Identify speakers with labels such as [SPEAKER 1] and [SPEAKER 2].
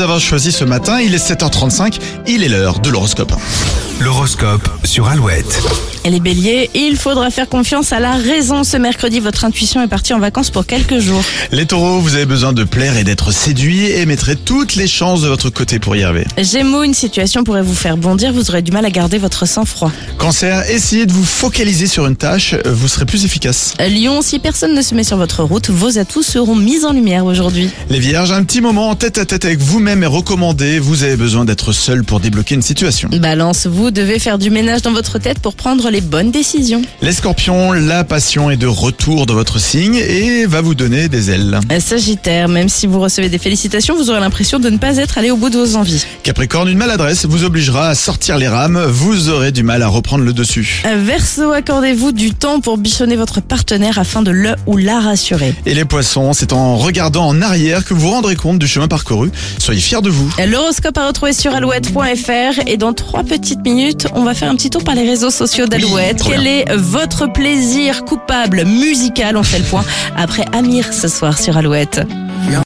[SPEAKER 1] avoir choisi ce matin. Il est 7h35, il est l'heure de l'horoscope.
[SPEAKER 2] L'horoscope sur Alouette.
[SPEAKER 3] Les béliers, il faudra faire confiance à la raison. Ce mercredi, votre intuition est partie en vacances pour quelques jours.
[SPEAKER 1] Les taureaux, vous avez besoin de plaire et d'être séduit et mettrez toutes les chances de votre côté pour y arriver.
[SPEAKER 3] Gémeaux, une situation pourrait vous faire bondir, vous aurez du mal à garder votre sang-froid.
[SPEAKER 1] Cancer, essayez de vous focaliser sur une tâche, euh, vous serez plus efficace.
[SPEAKER 3] Lyon, si personne ne se met sur votre route, vos atouts seront mis en lumière aujourd'hui.
[SPEAKER 1] Les vierges, un petit moment en tête à tête avec vous-même est recommandé. Vous avez besoin d'être seul pour débloquer une situation.
[SPEAKER 3] Balance, vous devez faire du ménage dans votre tête pour prendre les bonnes décisions.
[SPEAKER 1] Les scorpions, la passion est de retour dans votre signe et va vous donner des ailes.
[SPEAKER 3] Sagittaire, même si vous recevez des félicitations, vous aurez l'impression de ne pas être allé au bout de vos envies.
[SPEAKER 1] Capricorne, une maladresse vous obligera à sortir les rames, vous aurez du mal à reprendre le dessus.
[SPEAKER 3] Verseau, accordez-vous du temps pour bichonner votre partenaire afin de le ou la rassurer.
[SPEAKER 1] Et les poissons, c'est en regardant en arrière que vous vous rendrez compte du chemin parcouru. Soyez fiers de vous.
[SPEAKER 3] L'horoscope à retrouver sur alouette.fr et dans trois petites minutes, on va faire un petit tour par les réseaux sociaux d'Alouette.
[SPEAKER 1] trop
[SPEAKER 3] Quel est votre plaisir coupable musical On fait le point après Amir ce soir sur Alouette.